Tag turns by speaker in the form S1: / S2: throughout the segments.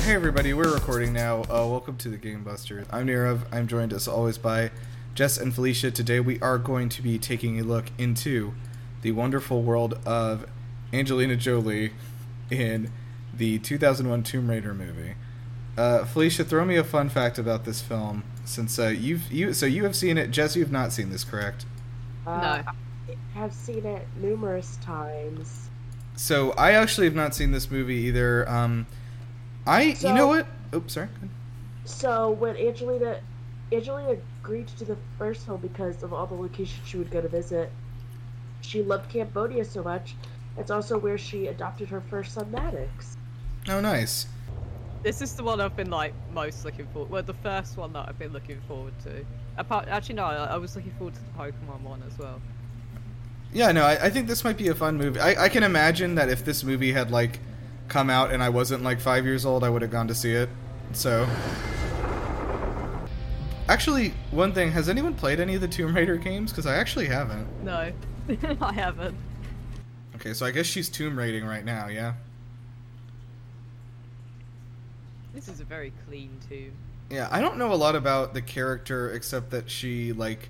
S1: Hey everybody, we're recording now. Uh, welcome to the Game Busters. I'm Nirav. I'm joined as always by Jess and Felicia. Today we are going to be taking a look into the wonderful world of Angelina Jolie in the 2001 Tomb Raider movie. Uh, Felicia, throw me a fun fact about this film, since uh, you've you so you have seen it. Jess, you've not seen this, correct?
S2: No.
S3: Uh, I have seen it numerous times.
S1: So I actually have not seen this movie either. Um, I you know
S3: So-
S1: what? Oops, sorry.
S3: So when Angelina Angelina agreed to do the first film because of all the locations she would go to visit, she loved Cambodia so much. It's also where she adopted her first son Maddox.
S1: Oh, nice.
S2: This is the one I've been like most looking forward. Well, the first one that I've been looking forward to. Apart, actually, no, I, I was looking forward to the Pokemon one as well.
S1: Yeah, no, I, I think this might be a fun movie. I, I can imagine that if this movie had like come out and I wasn't like five years old, I would have gone to see it. So, actually, one thing: has anyone played any of the Tomb Raider games? Because I actually haven't.
S2: No, I haven't.
S1: Okay, so I guess she's tomb raiding right now. Yeah,
S2: This is a very clean tomb.
S1: yeah. I don't know a lot about the character except that she like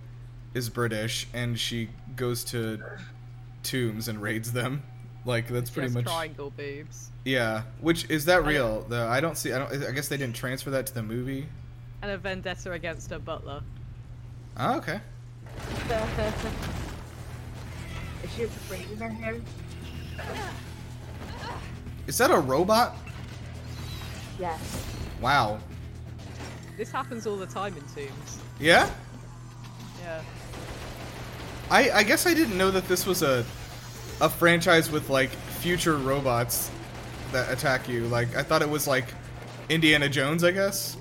S1: is British and she goes to tombs and raids them. Like that's
S2: She
S1: pretty
S2: has
S1: much
S2: triangle boobs,
S1: Yeah, which is that
S2: I-
S1: real though? I don't see. I don't. I guess they didn't transfer that to the movie.
S2: and a vendetta against her butler.
S1: Oh, okay.
S3: Is she afraid of him?
S1: Is that a robot?
S3: Yes.
S1: Wow.
S2: This happens all the time in tombs.
S1: Yeah.
S2: Yeah,
S1: I I guess I didn't know that this was a a franchise with like future robots that attack you. Like I thought it was like Indiana Jones. I guess.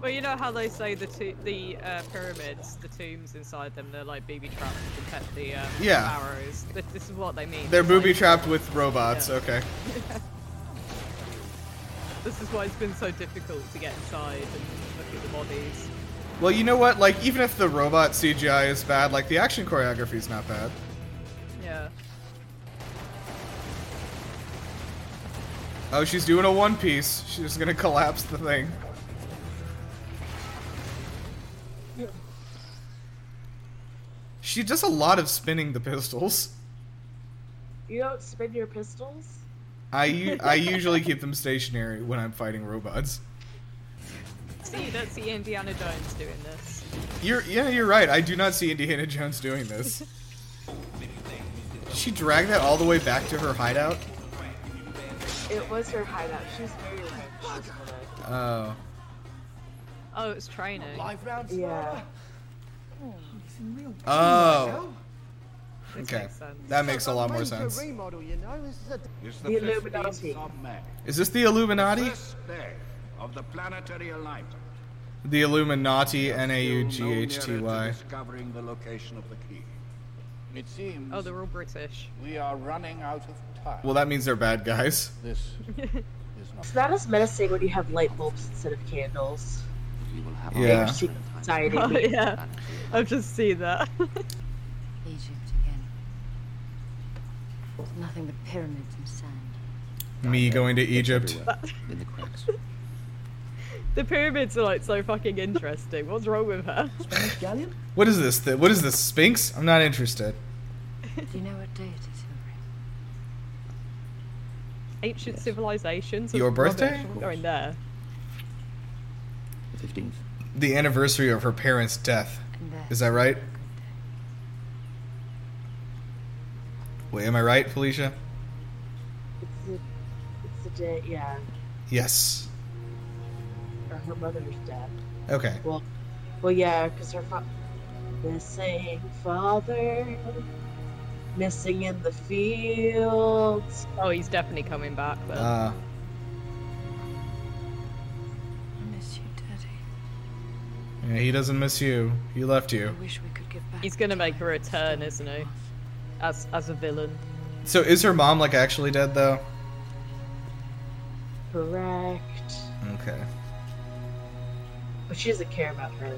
S2: well, you know how they say the to- the uh, pyramids, the tombs inside them, they're like booby traps to protect the um,
S1: Yeah.
S2: pharaohs. This, this is what they mean.
S1: They're
S2: It's like-
S1: booby trapped with robots.
S2: Yeah.
S1: Okay.
S2: This is why it's been so difficult to get inside and look at the bodies.
S1: Well, you know what? Like even if the robot CGI is bad, like the action choreography's not bad.
S2: Yeah.
S1: Oh, she's doing a one piece. She's gonna collapse the thing. She does a lot of spinning the pistols.
S3: You don't spin your pistols?
S1: I, u- I usually keep them stationary when I'm fighting robots.
S2: See, you don't see Indiana Jones doing this.
S1: You're yeah, you're right. I do not see Indiana Jones doing this. Did she dragged that all the way back to her hideout?
S3: It was her hideout. She's very rich. She's gonna-
S1: Oh.
S2: Oh, it's training.
S4: Live round
S3: Yeah.
S4: Ah.
S1: Oh.
S2: This
S1: Okay.
S2: makes sense.
S1: That makes a lot more sense.
S4: Remodel, you know? This is a
S5: is
S3: The
S5: the,
S3: Illuminati.
S5: 15th of May,
S1: Is this the Illuminati?
S5: first day of the planetary alignment.
S1: The Illuminati, N A U
S5: Still
S1: G
S5: no
S1: H T
S5: nearer to
S1: Y.
S5: Discovering the location of the key. It seems
S2: Oh, they're all British.
S5: we are running out of time.
S1: Well, that means they're bad guys.
S5: this is not.
S3: It's not as menacing when you have light bulbs instead of candles.
S4: You will have
S1: Yeah.
S3: Your secret society.
S2: Oh, yeah. I've just seen that.
S6: Egypt again. Nothing but pyramids and sand.
S1: Me going to Egypt.
S4: everywhere in the cracks.
S2: the pyramids are like so fucking interesting. What's wrong with her?
S4: Galleon?
S1: What is this? Th- what is this? Sphinx? I'm not interested.
S6: Do you know what day it is, Hilary?
S2: Ancient civilizations. are
S1: Your birthday?
S2: rubbish. I'm going there.
S4: The 15th.
S1: The anniversary of her parents' death.
S6: And there.
S1: Is that right? Wait, am I right, Felicia?
S3: It's a, it's a day, yeah.
S1: Yes.
S3: Or her mother's death.
S1: Okay.
S3: Well, well, yeah, because her fa- missing father, missing in the fields.
S2: Oh, he's definitely coming back. Then.
S1: Uh,
S6: I miss you, Daddy.
S1: yeah, he doesn't miss you. He left you.
S6: I wish we could give back.
S2: He's gonna
S6: to
S2: make
S6: her
S2: a
S6: what was
S2: return,
S6: stolen
S2: isn't
S6: from
S2: he?
S6: us.
S2: as as a villain.
S1: So is her mom like actually dead though?
S3: Correct.
S1: Okay.
S3: But she doesn't care about her.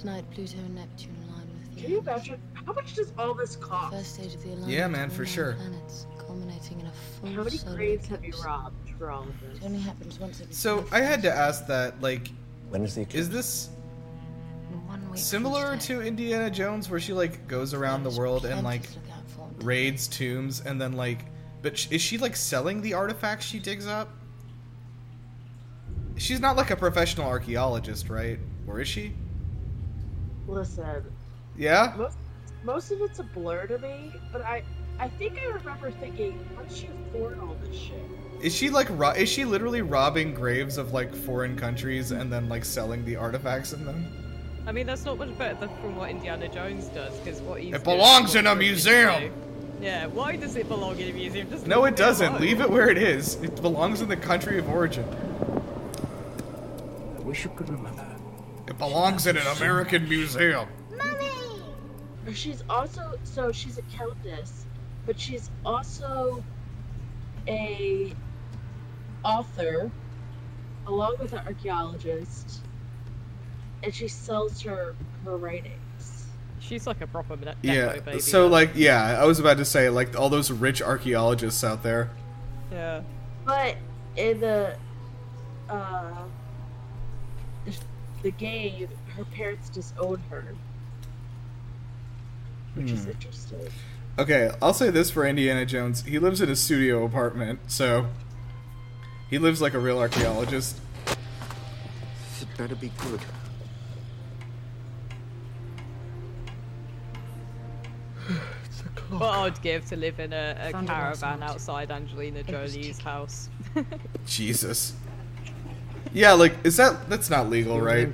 S6: Tonight, Pluto and Neptune align with the
S3: Can you
S6: Earth.
S3: imagine? How much does all this cost?
S6: First stage of the alignment.
S1: Yeah, man,
S6: of
S1: for
S6: all
S1: sure.
S6: Planets, culminating in a full
S3: How many
S6: solar
S3: graves have you
S6: eclipse.
S3: robbed?
S7: wrong with
S6: It
S7: this?
S6: only happens once every
S1: So
S6: five
S1: I had to
S6: years.
S1: ask that, like,
S8: When is the
S1: is
S8: eclipse?
S1: this
S6: In one week
S1: similar
S6: from
S1: to
S6: today.
S1: Indiana Jones, where she like goes around the
S6: There's
S1: world and
S6: plenty
S1: like
S6: to look out for on today.
S1: raids tombs and then like, but sh- is she like selling the artifacts she digs up? She's not like a professional archaeologist, right? Or is she?
S3: Listen,
S1: Yeah.
S3: most most of it's a blur to me, but I I think I remember thinking once you hoard all this shit,
S1: Is she like ro- is she literally robbing graves of like foreign countries and then like selling the artifacts in them?
S2: I mean, that's not much better than from what Indiana Jones does, because what he's
S1: It
S2: doing-
S1: belongs in a
S2: what he's
S1: museum!
S2: doing- Yeah, why does it belong in a museum? Just
S1: No,
S2: leave
S1: it doesn't.
S2: alone.
S1: Leave it where it is. It belongs in the country of origin.
S8: I wish you could remember.
S1: It belongs in an American museum.
S3: she's also so she's a countess, but she's also a author, along with an archaeologist, and she sells her her writings.
S2: She's like a proper ne-
S1: Yeah.
S2: necro baby.
S1: So like yeah, I was about to say like all those rich archaeologists out there.
S2: yeah,
S3: But in the uh, the, the game, her parents disown her, which is
S1: Hmm.
S3: interesting.
S1: Okay, I'll say this for Indiana Jones. He lives in a studio apartment, so he lives like a real archaeologist.
S4: It better be good.
S2: what I'd give to live in a, a
S6: Found it on
S2: caravan
S6: someone.
S2: outside Angelina
S6: It was
S2: Jolie's
S6: ticking.
S2: house.
S1: Jesus. Yeah, like is that that's not legal, right?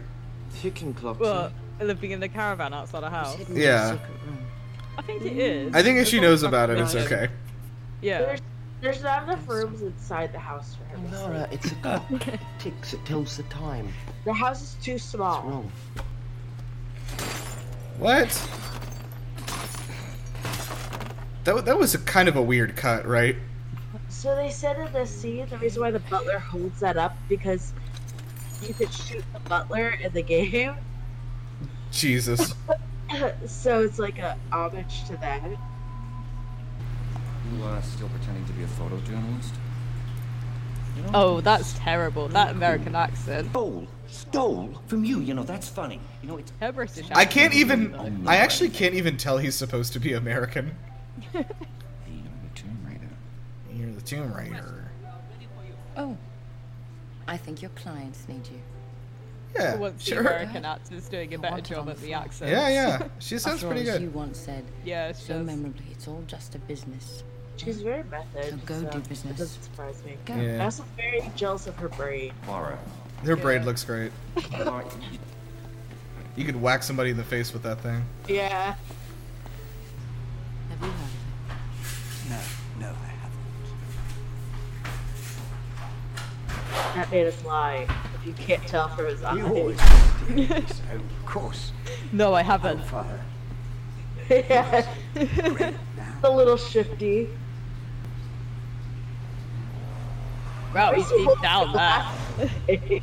S4: Ticking clock.
S2: well, living in a caravan outside a house.
S6: Hidden in a
S1: Yeah.
S6: secret room.
S2: I think it is.
S1: I think if
S2: As
S1: she
S2: long as
S1: knows
S2: I'm
S1: about it, it's
S2: not-
S1: okay.
S2: Yeah.
S3: There's there's not enough rooms inside the house for him.
S4: Laura, it's a clock. It ticks. It tells the time.
S3: The house is too
S4: It's
S3: small.
S4: wrong.
S1: What? That, wa- that was a kind of a weird cut, right?
S3: So they said in this scene the reason why the butler holds that up because you could shoot the butler in the game.
S1: Jesus.
S3: so it's like a homage to that.
S9: You are still pretending to be a photojournalist?
S2: Oh, that's terrible. That American accent.
S9: Stole, stole from you. You know that's funny. You know it's
S2: Her British accent.
S1: I can't even. I actually can't even tell he's supposed to be American.
S9: the, the Tomb Raider.
S1: You're the Tomb Raider.
S6: Oh. I think your clients need you.
S1: Yeah,
S2: Once the
S1: sure.
S2: American actor's doing a
S6: I
S2: better
S6: want it
S2: job
S6: on
S2: at the
S6: film.
S2: accent.
S1: Yeah, yeah. She sounds
S6: After
S1: pretty
S6: all, as you
S1: good.
S6: once said,
S2: Yeah, she
S6: so
S2: does.
S6: memorably, it's all just a business.
S3: She's very method.
S6: So go
S3: so
S6: do
S3: It
S6: business.
S3: doesn't surprise me.
S6: Go.
S3: I'm
S1: Yeah,
S3: also very jealous of her braid.
S9: Laura.
S1: her braid
S2: Yeah.
S1: looks great.
S9: Laura, you-
S1: You could whack somebody in the face with that thing.
S3: Yeah.
S6: Have you heard of it?
S9: no, no, I haven't.
S3: That made us lie. If you can't tell from his eyes.
S8: You always did this, of course.
S2: No, I haven't.
S8: Father,
S3: yeah.
S8: now.
S3: A little shifty.
S2: Wow, he's
S3: Where's he
S2: deep down
S3: holding
S2: there.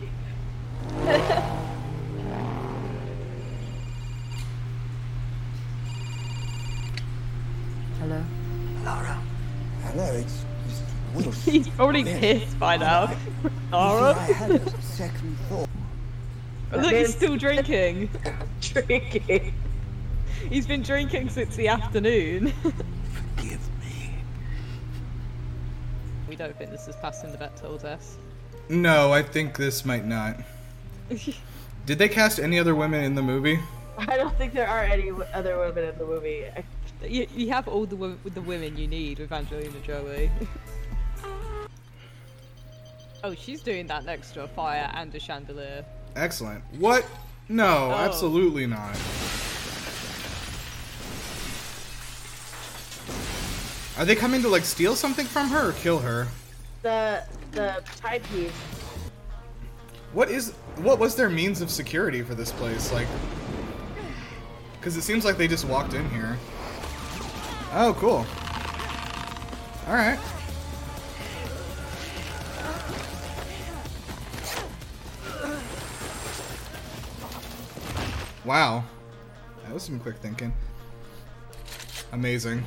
S6: Hello?
S8: Laura. Hello, it's, it's Wilson.
S2: He's probably pissed by now.
S8: I
S2: Laura,
S8: had a second thought.
S2: look, he's still drinking.
S3: Drinking.
S2: He's been drinking since the afternoon.
S8: Forgive me.
S2: we don't think this is passing the Bechtel test.
S1: No, I think this might not. Did they cast any other women in the movie?
S3: I don't think there are any w- other women in the movie. I-
S2: You, you have all the wo- with the women you need with Angelina Jolie. oh, she's doing that next to a fire and a chandelier.
S1: Excellent. What? No,
S2: Oh.
S1: absolutely not. Are they coming to like steal something from her or kill her?
S3: The the timepiece.
S1: What is what was their means of security for this place? Like Cuz it seems like they just walked in here. Oh, cool. All right. Wow. That was some quick thinking. Amazing.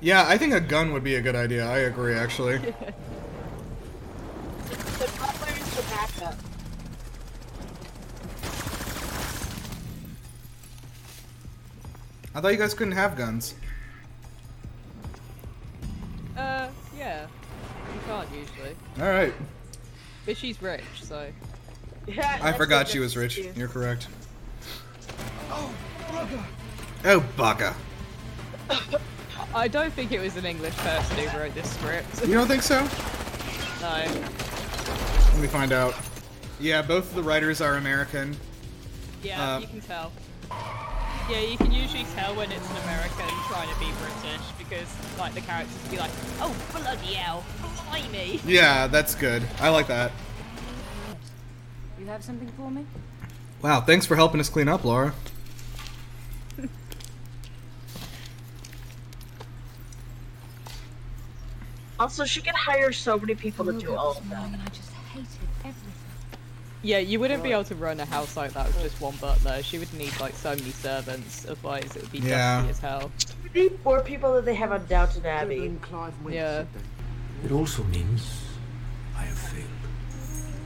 S1: Yeah, I think a gun would be a good idea. I agree actually. I thought you guys couldn't have guns.
S2: Uh, yeah. You can't usually.
S1: All right.
S2: But she's rich, so.
S3: Yeah,
S1: I forgot she was rich. You're correct. Oh, bugger.
S2: I don't think it was an English person who wrote this script.
S1: You don't think so?
S2: no.
S1: Let me find out. Yeah, both of the writers are American.
S7: Yeah,
S1: Uh,
S7: you can tell. Yeah, you can usually tell when it's an American trying to be British because, like, the characters will be like, "Oh bloody hell, blimey!"
S1: Yeah, that's good. I like that.
S10: You have something for me?
S1: Wow, thanks for helping us clean up, Laura.
S3: Also, she can hire so many people to do all of that.
S6: And I just hated everything.
S2: Yeah, you wouldn't be able to run a house like that with just one butler. She would need like so many servants, otherwise it would be
S1: Yeah.
S2: dusty as hell.
S3: They need more people than they have on Downton Abbey.
S2: Yeah.
S11: It also means I have failed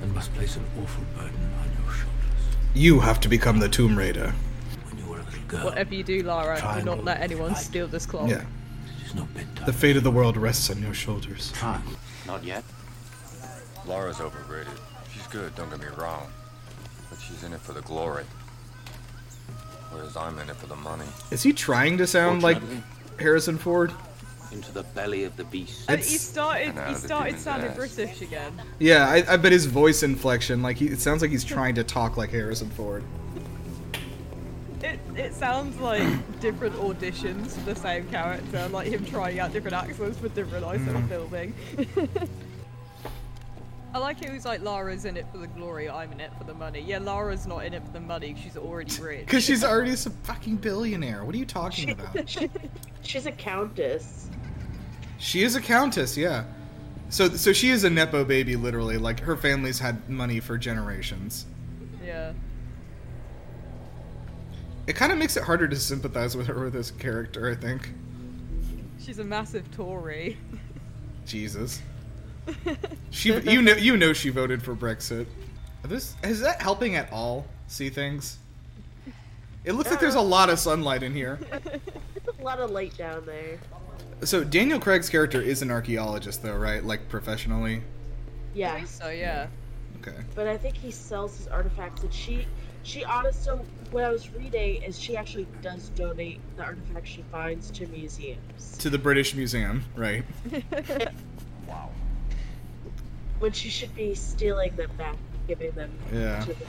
S11: and must place an awful burden on your shoulders.
S1: You have to become the Tomb Raider.
S2: Whatever you do, Lara, do not let anyone steal this clock.
S1: Yeah. The fate of the world rests on your shoulders.
S11: Ah.
S12: Not yet. Laura's overrated. She's good, don't get me wrong. But she's in it for the glory. Whereas I'm in it for the money.
S1: Is he trying to sound like Harrison Ford?
S12: Into the belly of the beast.
S2: And he started.
S1: And out
S2: He
S1: of the
S2: started
S1: demon's
S2: sounding
S1: ass.
S2: British again.
S1: Yeah, I, I bet his voice inflection, like he, it sounds like he's trying to talk like Harrison Ford.
S2: It it sounds like different auditions for the same character, like him trying out different accents for different eyes that
S1: Mm.
S2: are filming. I like it was like Lara's in it for the glory, I'm in it for the money. Yeah, Lara's not in it for the money, she's already rich.
S1: Because she's already a fucking billionaire. What are you talking about?
S3: She's a countess.
S1: She is a countess, yeah. So, so she is a nepo baby, literally. Like her family's had money for generations.
S2: Yeah.
S1: It kind of makes it harder to sympathize with her with this character, I think.
S2: She's a massive Tory.
S1: Jesus. She, you know, you know, she voted for Brexit. Are this is that helping at all? See things. It looks like there's a lot of sunlight in here.
S3: There's a lot of light down there.
S1: So Daniel Craig's character is an archaeologist, though, right? Like professionally.
S3: Yeah.
S2: So yeah.
S1: Okay.
S3: But I think he sells his artifacts, and she, she honestly, what I was reading is she actually does donate the artifacts she finds to museums.
S1: To the British Museum, right?
S3: wow. When she should be stealing them back, giving them.
S1: Yeah.
S3: To the,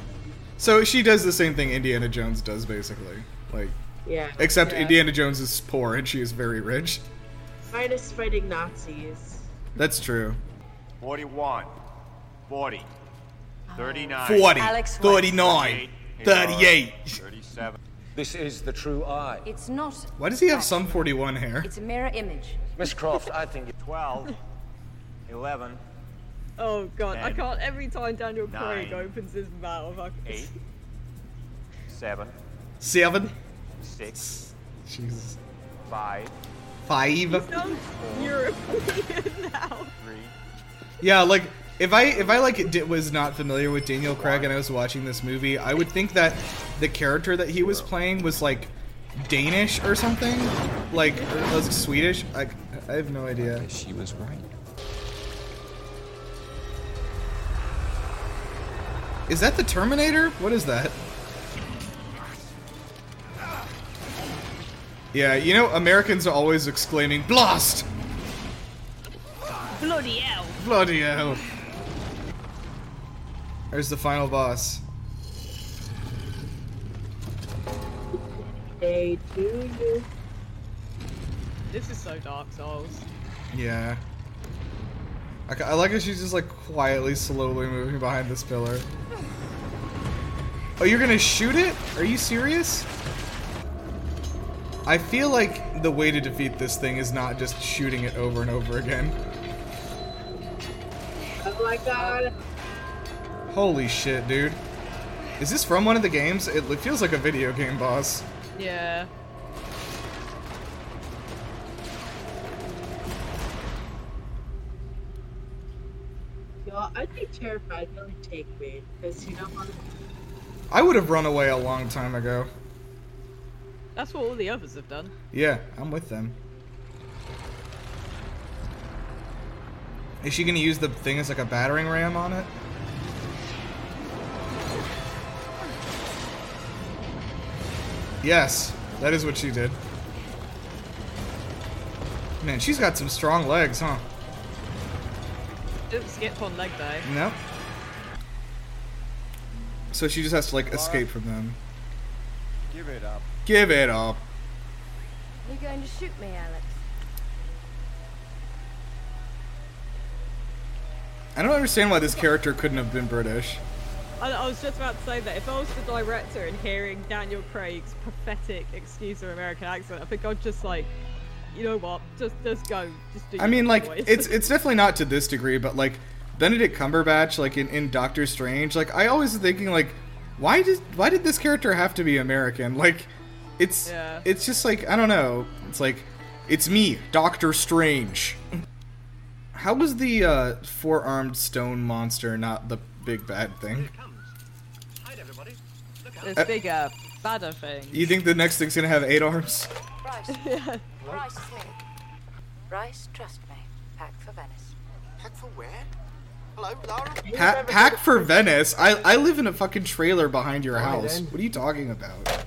S1: So she does the same thing Indiana Jones does, basically. Like,
S3: yeah.
S1: except
S3: Yeah.
S1: Indiana Jones is poor and she is very rich.
S3: Minus fighting Nazis.
S1: That's true.
S13: 41, 40, 39,
S1: 40, Alex White. 39, 38.
S13: 37. This is the true eye.
S10: It's not.
S1: Why does he have some 41 hair?
S10: It's a mirror image.
S13: Miss Croft, I think 12, 11,
S2: Oh god, I
S13: Ten,
S2: can't every time Daniel Craig
S13: nine,
S2: opens his mouth I
S13: 8, 7,
S1: Seven,
S13: 6,
S1: Jesus.
S13: 5,
S1: five.
S2: sounds European now.
S13: 3,
S1: Yeah, like if I if I like di- was not familiar with Daniel Craig and I was watching this movie, I would think that the character that he was playing was like Danish or something, like or was it Swedish. Like I have no idea. She was right. Is that the Terminator? What is that? Yeah, you know Americans are always exclaiming "Blast!"
S7: Bloody hell!
S1: Bloody hell. There's the final boss.
S3: They do you.
S2: This is so Dark Souls.
S1: Yeah. I, ca- I like how she's just like quietly, slowly moving behind this pillar. Oh, you're gonna shoot it? Are you serious? I feel like the way to defeat this thing is not just shooting it over and over again.
S3: Oh my god.
S1: Holy shit, dude. Is this from one of the games? It li- feels like a video game boss.
S2: Yeah.
S3: Y'all, I'd be terrified. Really take me. Because you don't want to.
S1: I would have run away a long time ago.
S2: That's what all the others have done.
S1: Yeah, I'm with them. Is she gonna use the thing as like a battering ram on it? Yes, that is what she did. Man, she's got some strong legs, huh?
S2: Didn't skip on leg day.
S1: No. So she just has to like escape from them.
S5: Give it up.
S1: Give it up.
S10: You're going to shoot me, Alex.
S1: I don't understand why this character couldn't have been British.
S2: I, I was just about to say that if I was the director and hearing Daniel Craig's pathetic excuse of American accent, I think I'd just like, you know what, just just go, just do.
S1: I
S2: your
S1: mean, like
S2: voice.
S1: it's it's definitely not to this degree, but like Benedict Cumberbatch, like in, in Doctor Strange, like I always thinking like, why did why did this character have to be American? Like, it's
S2: Yeah.
S1: it's just like I don't know. It's like it's me, Doctor Strange. How was the uh, four armed stone monster not the big bad thing?
S2: this big uh, badder thing.
S1: You think the next thing's gonna have eight arms?
S10: Bryce. Bryce Snake. Bryce, trust me. Pack for Venice. Pack for where? Hello, Lara?
S1: Pa- pack for Venice. I, I live in a fucking trailer behind your
S2: Alright,
S1: house.
S2: then.
S1: What are you talking about?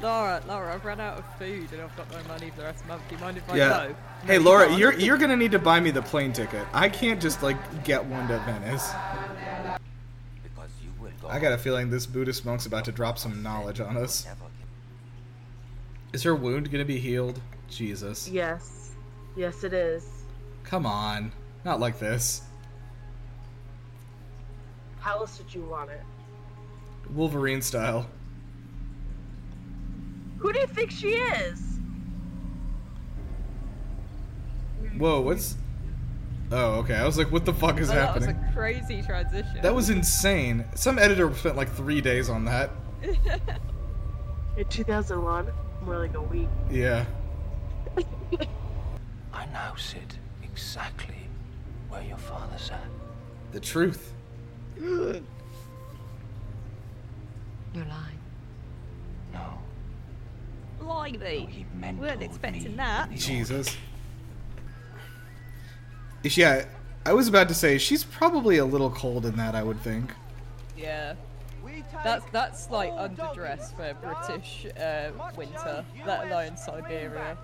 S2: Laura, Laura, I've run out of food and I've got no money for the rest of the month. Do you mind if I go?
S1: Hey Laura, you're you're gonna need to buy me the plane ticket. I can't just like get one to Venice.
S11: Because you will go.
S1: I got a feeling this Buddhist monk's about to drop some knowledge on us. Is her wound gonna be healed? Jesus.
S3: Yes. Yes, it is.
S1: Come on. Not like this.
S3: How else did you want it?
S1: Wolverine style.
S3: Who do you think she is?
S1: Whoa, what's Oh, okay. I was like, what the fuck is
S2: Oh, that was
S1: happening?
S2: a crazy transition.
S1: That was insane. Some editor spent like three days on that.
S3: In 2001, more like a week.
S1: Yeah.
S11: I now sit exactly where your father's at.
S1: The truth.
S11: You're
S6: lying.
S11: No,
S2: Blimey. Weren't expecting that.
S1: Jesus. Is she- Yeah, I was about to say she's probably a little cold in that. I would think.
S2: Yeah. That's that's like underdress for British uh, winter, let alone Siberia.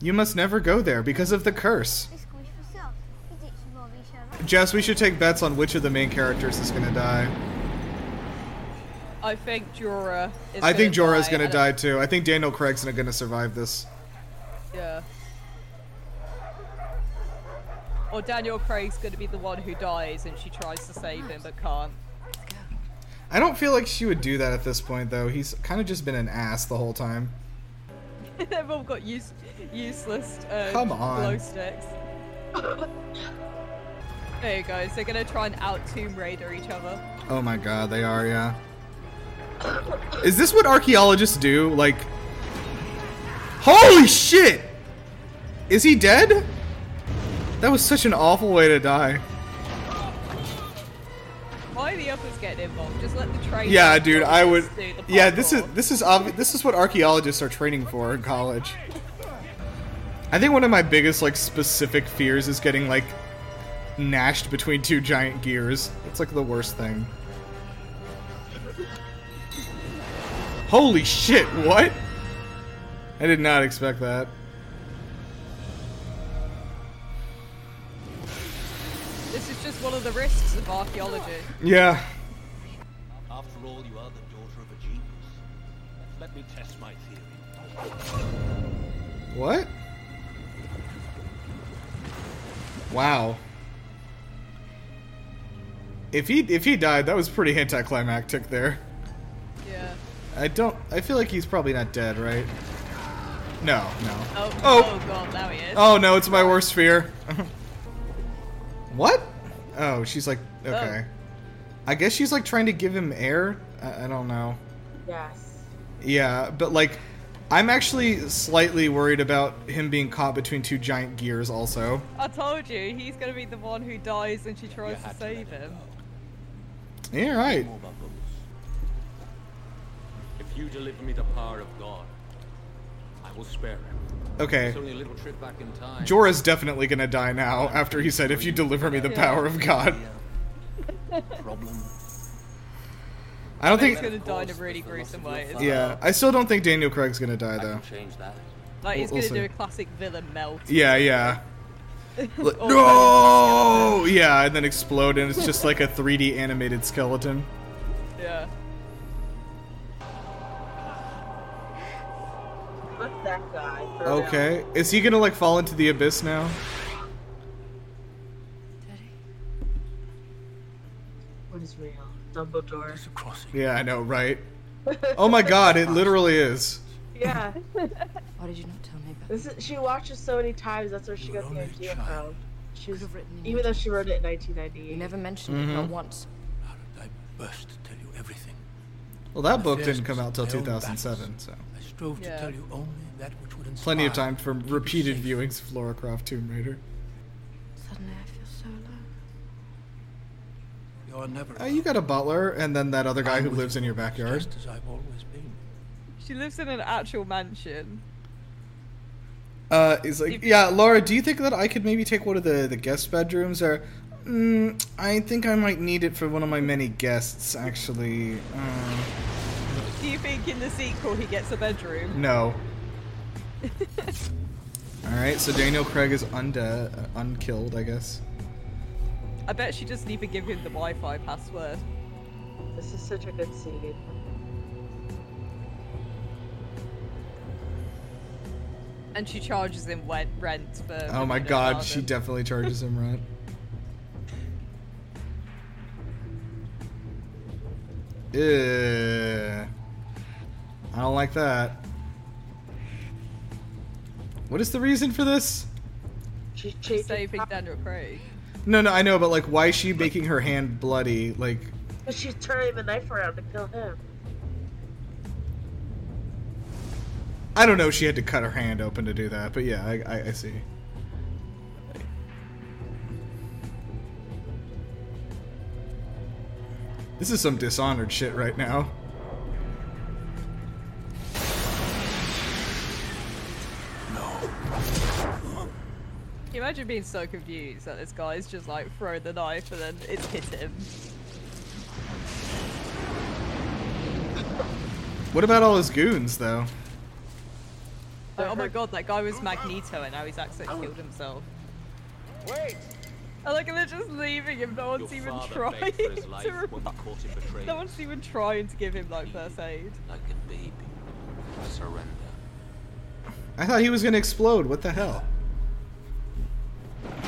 S1: You must never go there because of the curse. Jess, we should take bets on which of the main characters is gonna die.
S2: I think Jorah is.
S1: I think
S2: gonna
S1: Jorah's
S2: die,
S1: gonna
S2: and
S1: die too. I think Daniel Craig's not gonna survive this.
S2: Yeah. Or Daniel Craig's gonna be the one who dies and she tries to save him but can't.
S1: I don't feel like she would do that at this point though. He's kind of just been an ass the whole time.
S2: They've all got use, useless uh,
S1: Come on.
S2: glow sticks. there you go. So they're gonna try and out Tomb Raider each other.
S1: Oh my god, they are, yeah. Is this what archaeologists do? Like. Holy shit! Is he dead? That was such an awful way to die.
S2: Why are the others getting involved? Just let the train.
S1: Yeah, dude, I would.
S2: do the
S1: Yeah, this is this is obvi- this is what archaeologists are training for in college. I think one of my biggest like specific fears is getting like gnashed between two giant gears. It's like the worst thing. Holy shit! What? I did not expect that.
S2: This is just one of the risks of archaeology.
S1: Yeah.
S11: After all, you are the daughter of a genius. Let me test my theory.
S1: What? Wow. If he if he died, that was pretty anticlimactic there.
S2: Yeah.
S1: I don't. I feel like he's probably not dead, right? No, no.
S2: Oh,
S1: Oh.
S2: oh. god, now he is.
S1: Oh no, it's my worst fear. what? Oh, she's like okay. I guess she's like trying to give him air. I, I don't know.
S3: Yes.
S1: Yeah, but like, I'm actually slightly worried about him being caught between two giant gears. Also,
S2: I told you, he's gonna be the one who dies and she tries to save him.
S1: yeah, right.
S11: More bubbles.
S14: you deliver me the power of God, I will spare him.
S1: Okay.
S14: It's only a little trip back in time.
S1: Jorah's definitely gonna die now after he said, If you deliver me the power of God.
S14: Problem.
S1: I don't think.
S2: He's gonna die in a really gruesome way. isn't he?
S1: Yeah, I still don't think Daniel Craig's gonna die though.
S2: Like he's
S1: We'll-
S2: gonna
S1: we'll
S2: do a
S1: see.
S2: classic villain melt.
S1: Yeah, yeah. Like,
S2: Or-
S1: no! Yeah, and then explode, and it's just like a 3D animated skeleton.
S2: Yeah.
S3: Fuck that guy.
S1: Oh. Okay. Is he gonna like fall into the abyss now?
S3: What is real? Dumbledore.
S1: Yeah, I know, right? Oh my god, it literally is.
S3: Yeah.
S6: Why did you not tell me
S3: This is, she watched it so many times. That's where she got the idea from. She was even though she wrote it in 1998. You never
S6: mentioned
S1: it, not Mhm.
S6: once.
S11: I burst to tell you everything.
S1: Well, that book
S11: Affairs
S1: didn't come out till
S11: my own
S1: 2007, so
S11: I strove
S6: Yeah.
S11: to tell you only that which would inspire.
S1: plenty of time for repeated viewings of Laura Croft Tomb Raider.
S6: Suddenly I feel so alone.
S11: You're never
S1: Uh, you got a butler, and then that other guy who lives in your backyard.
S11: just as I've always been.
S2: She lives in an actual mansion.
S1: Uh, he's like, yeah, Laura, do you think that I could maybe take one of the, the guest bedrooms? Or, mm, I think I might need it for one of my many guests, actually. Uh,
S2: Do you think in the sequel he gets a bedroom?
S1: no. Alright, so Daniel Craig is undead, uh, unkilled, I guess.
S2: I bet she doesn't even give him the Wi-Fi password.
S3: This is such a good scene.
S2: And she charges him wet rent for.
S1: Oh my god, she definitely charges him rent. Ugh. Eh, I don't like that. What is the reason for this?
S3: She's
S2: saving Daniel Craig.
S1: No, no, I know, but like, why is she making her hand bloody? Like,
S3: But she's turning the knife around to kill him.
S1: I don't know, she had to cut her hand open to do that, but yeah, I, I, I see. This is some dishonored shit right now.
S2: Can you imagine being so confused that this guy's just like throw the knife and then it's hit him.
S1: What about all his goons, though?
S2: Like, oh my god, that guy was Magneto and now he's accidentally killed himself. Wait! I like, and they're just leaving him. No one's even
S14: Father
S2: trying
S14: begged for his
S2: to.
S14: life
S2: re-
S14: when we caught him betrayed.
S2: No one's even trying to give him like first aid.
S14: Like a baby. Surrender.
S1: I thought he was gonna explode. What the hell?
S15: He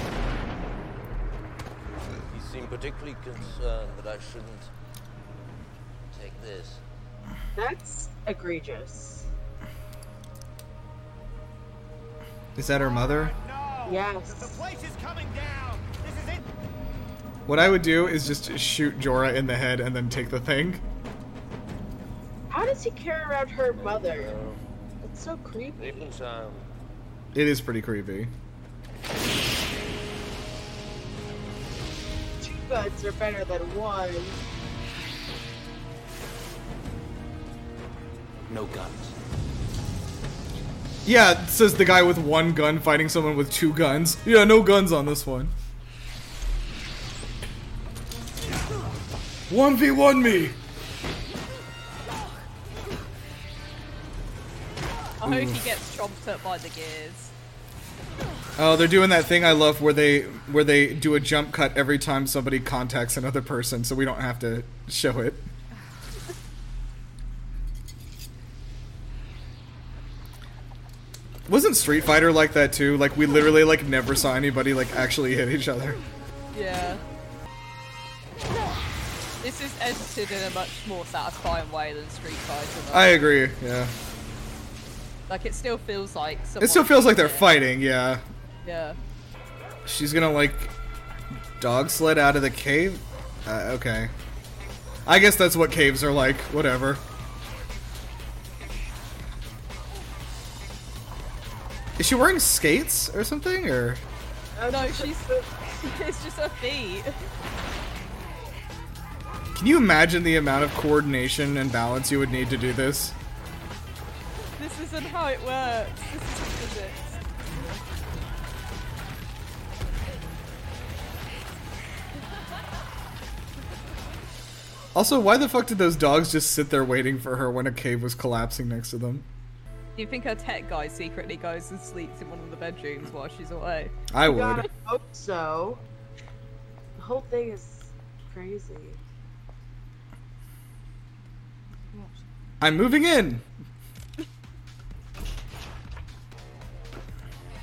S15: seemed particularly concerned that I shouldn't take this.
S3: That's egregious.
S1: Is that her mother?
S3: Yes.
S16: place is coming down. This is it.
S1: What I would do is just shoot Jorah in the head and then take the thing.
S3: How does he carry around her mother? It's so creepy.
S1: It is pretty creepy.
S3: Two guns are better than one.
S14: No guns.
S1: Yeah, says the guy with one gun fighting someone with two guns. Yeah, no guns on this one. 1v1 me!
S2: I hope
S1: Oof.
S2: he gets chomped up by the gears.
S1: Oh, they're doing that thing I love where they where they do a jump cut every time somebody contacts another person, so we don't have to show it. Wasn't Street Fighter like that too? Like we literally like never saw anybody like actually hit each other.
S2: Yeah. This is edited in a much more satisfying way than Street Fighter. though.
S1: I agree. Yeah.
S2: Like it still feels like.
S1: It still
S2: someone-
S1: feels like they're fighting. Yeah.
S2: Yeah.
S1: She's gonna like dog sled out of the cave. Uh, okay. I guess that's what caves are like. Whatever. Is she wearing skates or something? Or
S2: no, she's. it's just her feet.
S1: can you imagine the amount of coordination and balance you would need to do this?
S2: isn't how it works. This is physics.
S1: Also, why the fuck did those dogs just sit there waiting for her when a cave was collapsing next to them?
S2: Do you think her tech guy secretly goes and sleeps in one of the bedrooms while she's away?
S1: I
S3: God,
S1: would.
S3: I hope so. The whole thing is crazy.
S1: I'm moving in.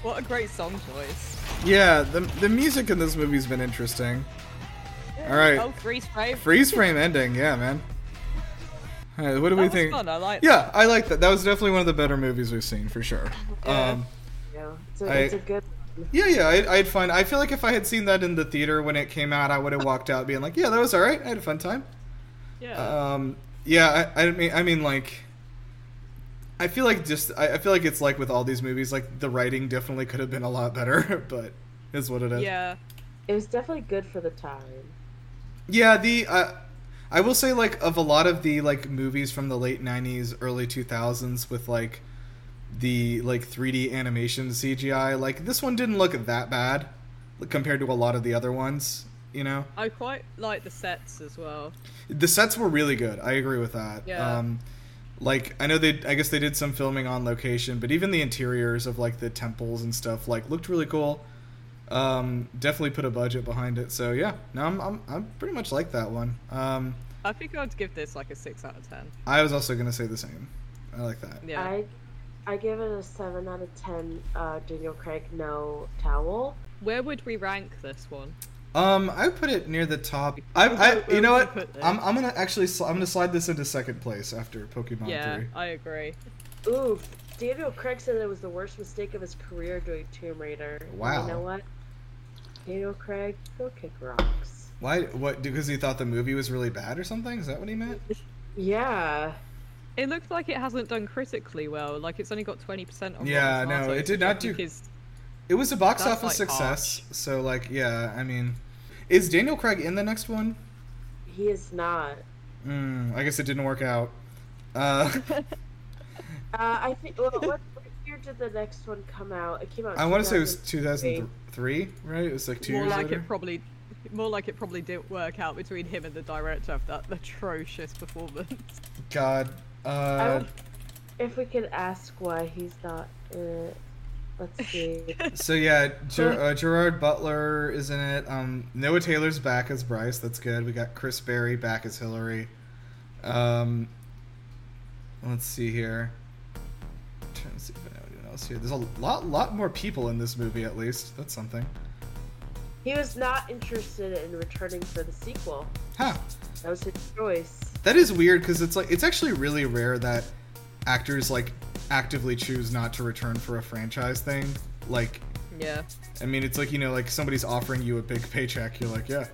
S2: What a great song choice.
S1: Yeah, the the music in this movie's been interesting. All right.
S2: Oh, freeze frame.
S1: Freeze frame ending, yeah, man. All right, what do
S2: That
S1: we
S2: was
S1: think?
S2: fun, I like
S1: yeah, I like that. That was definitely one of the better movies we've seen for sure. Um,
S3: Yeah, it's a,
S1: I-
S3: it's a good.
S1: yeah, yeah, I, I had fun. I feel like if I had seen that in the theater when it came out, I would have walked out being like, "Yeah, that was all right. I had a fun time." Yeah. Um, yeah, I, I mean, I mean, like, I feel like just, I, I feel like it's like with all these movies, like the writing definitely could have been a lot better, but is what it is.
S2: Yeah.
S3: It was definitely good for the time.
S1: Yeah, the uh, I will say like of a lot of the like movies from the late '90s, early 2000s with like the like 3D animation CGI, like this one didn't look that bad compared to a lot of the other ones. You know,
S2: I quite like the sets as well.
S1: the sets were really good. I agree with that.
S2: Yeah.
S1: Um, like I know they, I guess they did some filming on location, but even the interiors of like the temples and stuff like looked really cool. Um, definitely put a budget behind it. So yeah, no, I'm I'm, I'm pretty much like that one. Um,
S2: I think I'd give this like a 6 out of 10.
S1: I was also gonna say the same. I like that.
S2: Yeah.
S3: I, I give it a seven out of ten. Uh, Daniel Craig, no towel.
S2: Where would we rank this one?
S1: Um, I put it near the top. I, I you know what? I'm, I'm gonna actually sli- I'm gonna slide this into second place after Pokemon
S2: yeah,
S1: Three.
S2: I agree.
S3: Ooh, Daniel Craig said it was the worst mistake of his career doing Tomb Raider. And
S1: Wow.
S3: You know what? Daniel Craig, go kick rocks.
S1: Why? What? Because he thought the movie was really bad or something? Is that what he meant?
S3: Yeah.
S2: It looks like it hasn't done critically well. Like it's only got 20% on
S1: yeah,
S2: Rotten
S1: no,
S2: Tomatoes,
S1: it did
S2: which I
S1: not do.
S2: think is-
S1: It was a box
S2: that's,
S1: office
S2: like,
S1: success. So like, yeah, I mean, is Daniel Craig in the next one?
S3: He is not.
S1: Mm, I guess it didn't work out. Uh,
S3: Uh, I think. Well, what, what year did the next one come out? It came out.
S1: I want to say it was 2003, right? It was like two
S2: more
S1: years
S2: like
S1: later.
S2: it probably more like it probably didn't work out between him and the director of that atrocious performance.
S1: God. Uh,
S3: If we could ask why he's not in it, let's see.
S1: so yeah, Ger- uh, Gerard Butler is in it. Um, Noah Taylor's back as Bryce. That's good. We got Chris Berry back as Hillary. Um, let's see here. trying to see if I know anyone else here. There's a lot, lot more people in this movie. At least that's something.
S3: he was not interested in returning for the sequel.
S1: Huh.
S3: That was his choice.
S1: That is weird because it's like it's actually really rare that actors like actively choose not to return for a franchise thing. Like,
S2: Yeah.
S1: I mean, it's like you know, like somebody's offering you a big paycheck, you're like, yeah.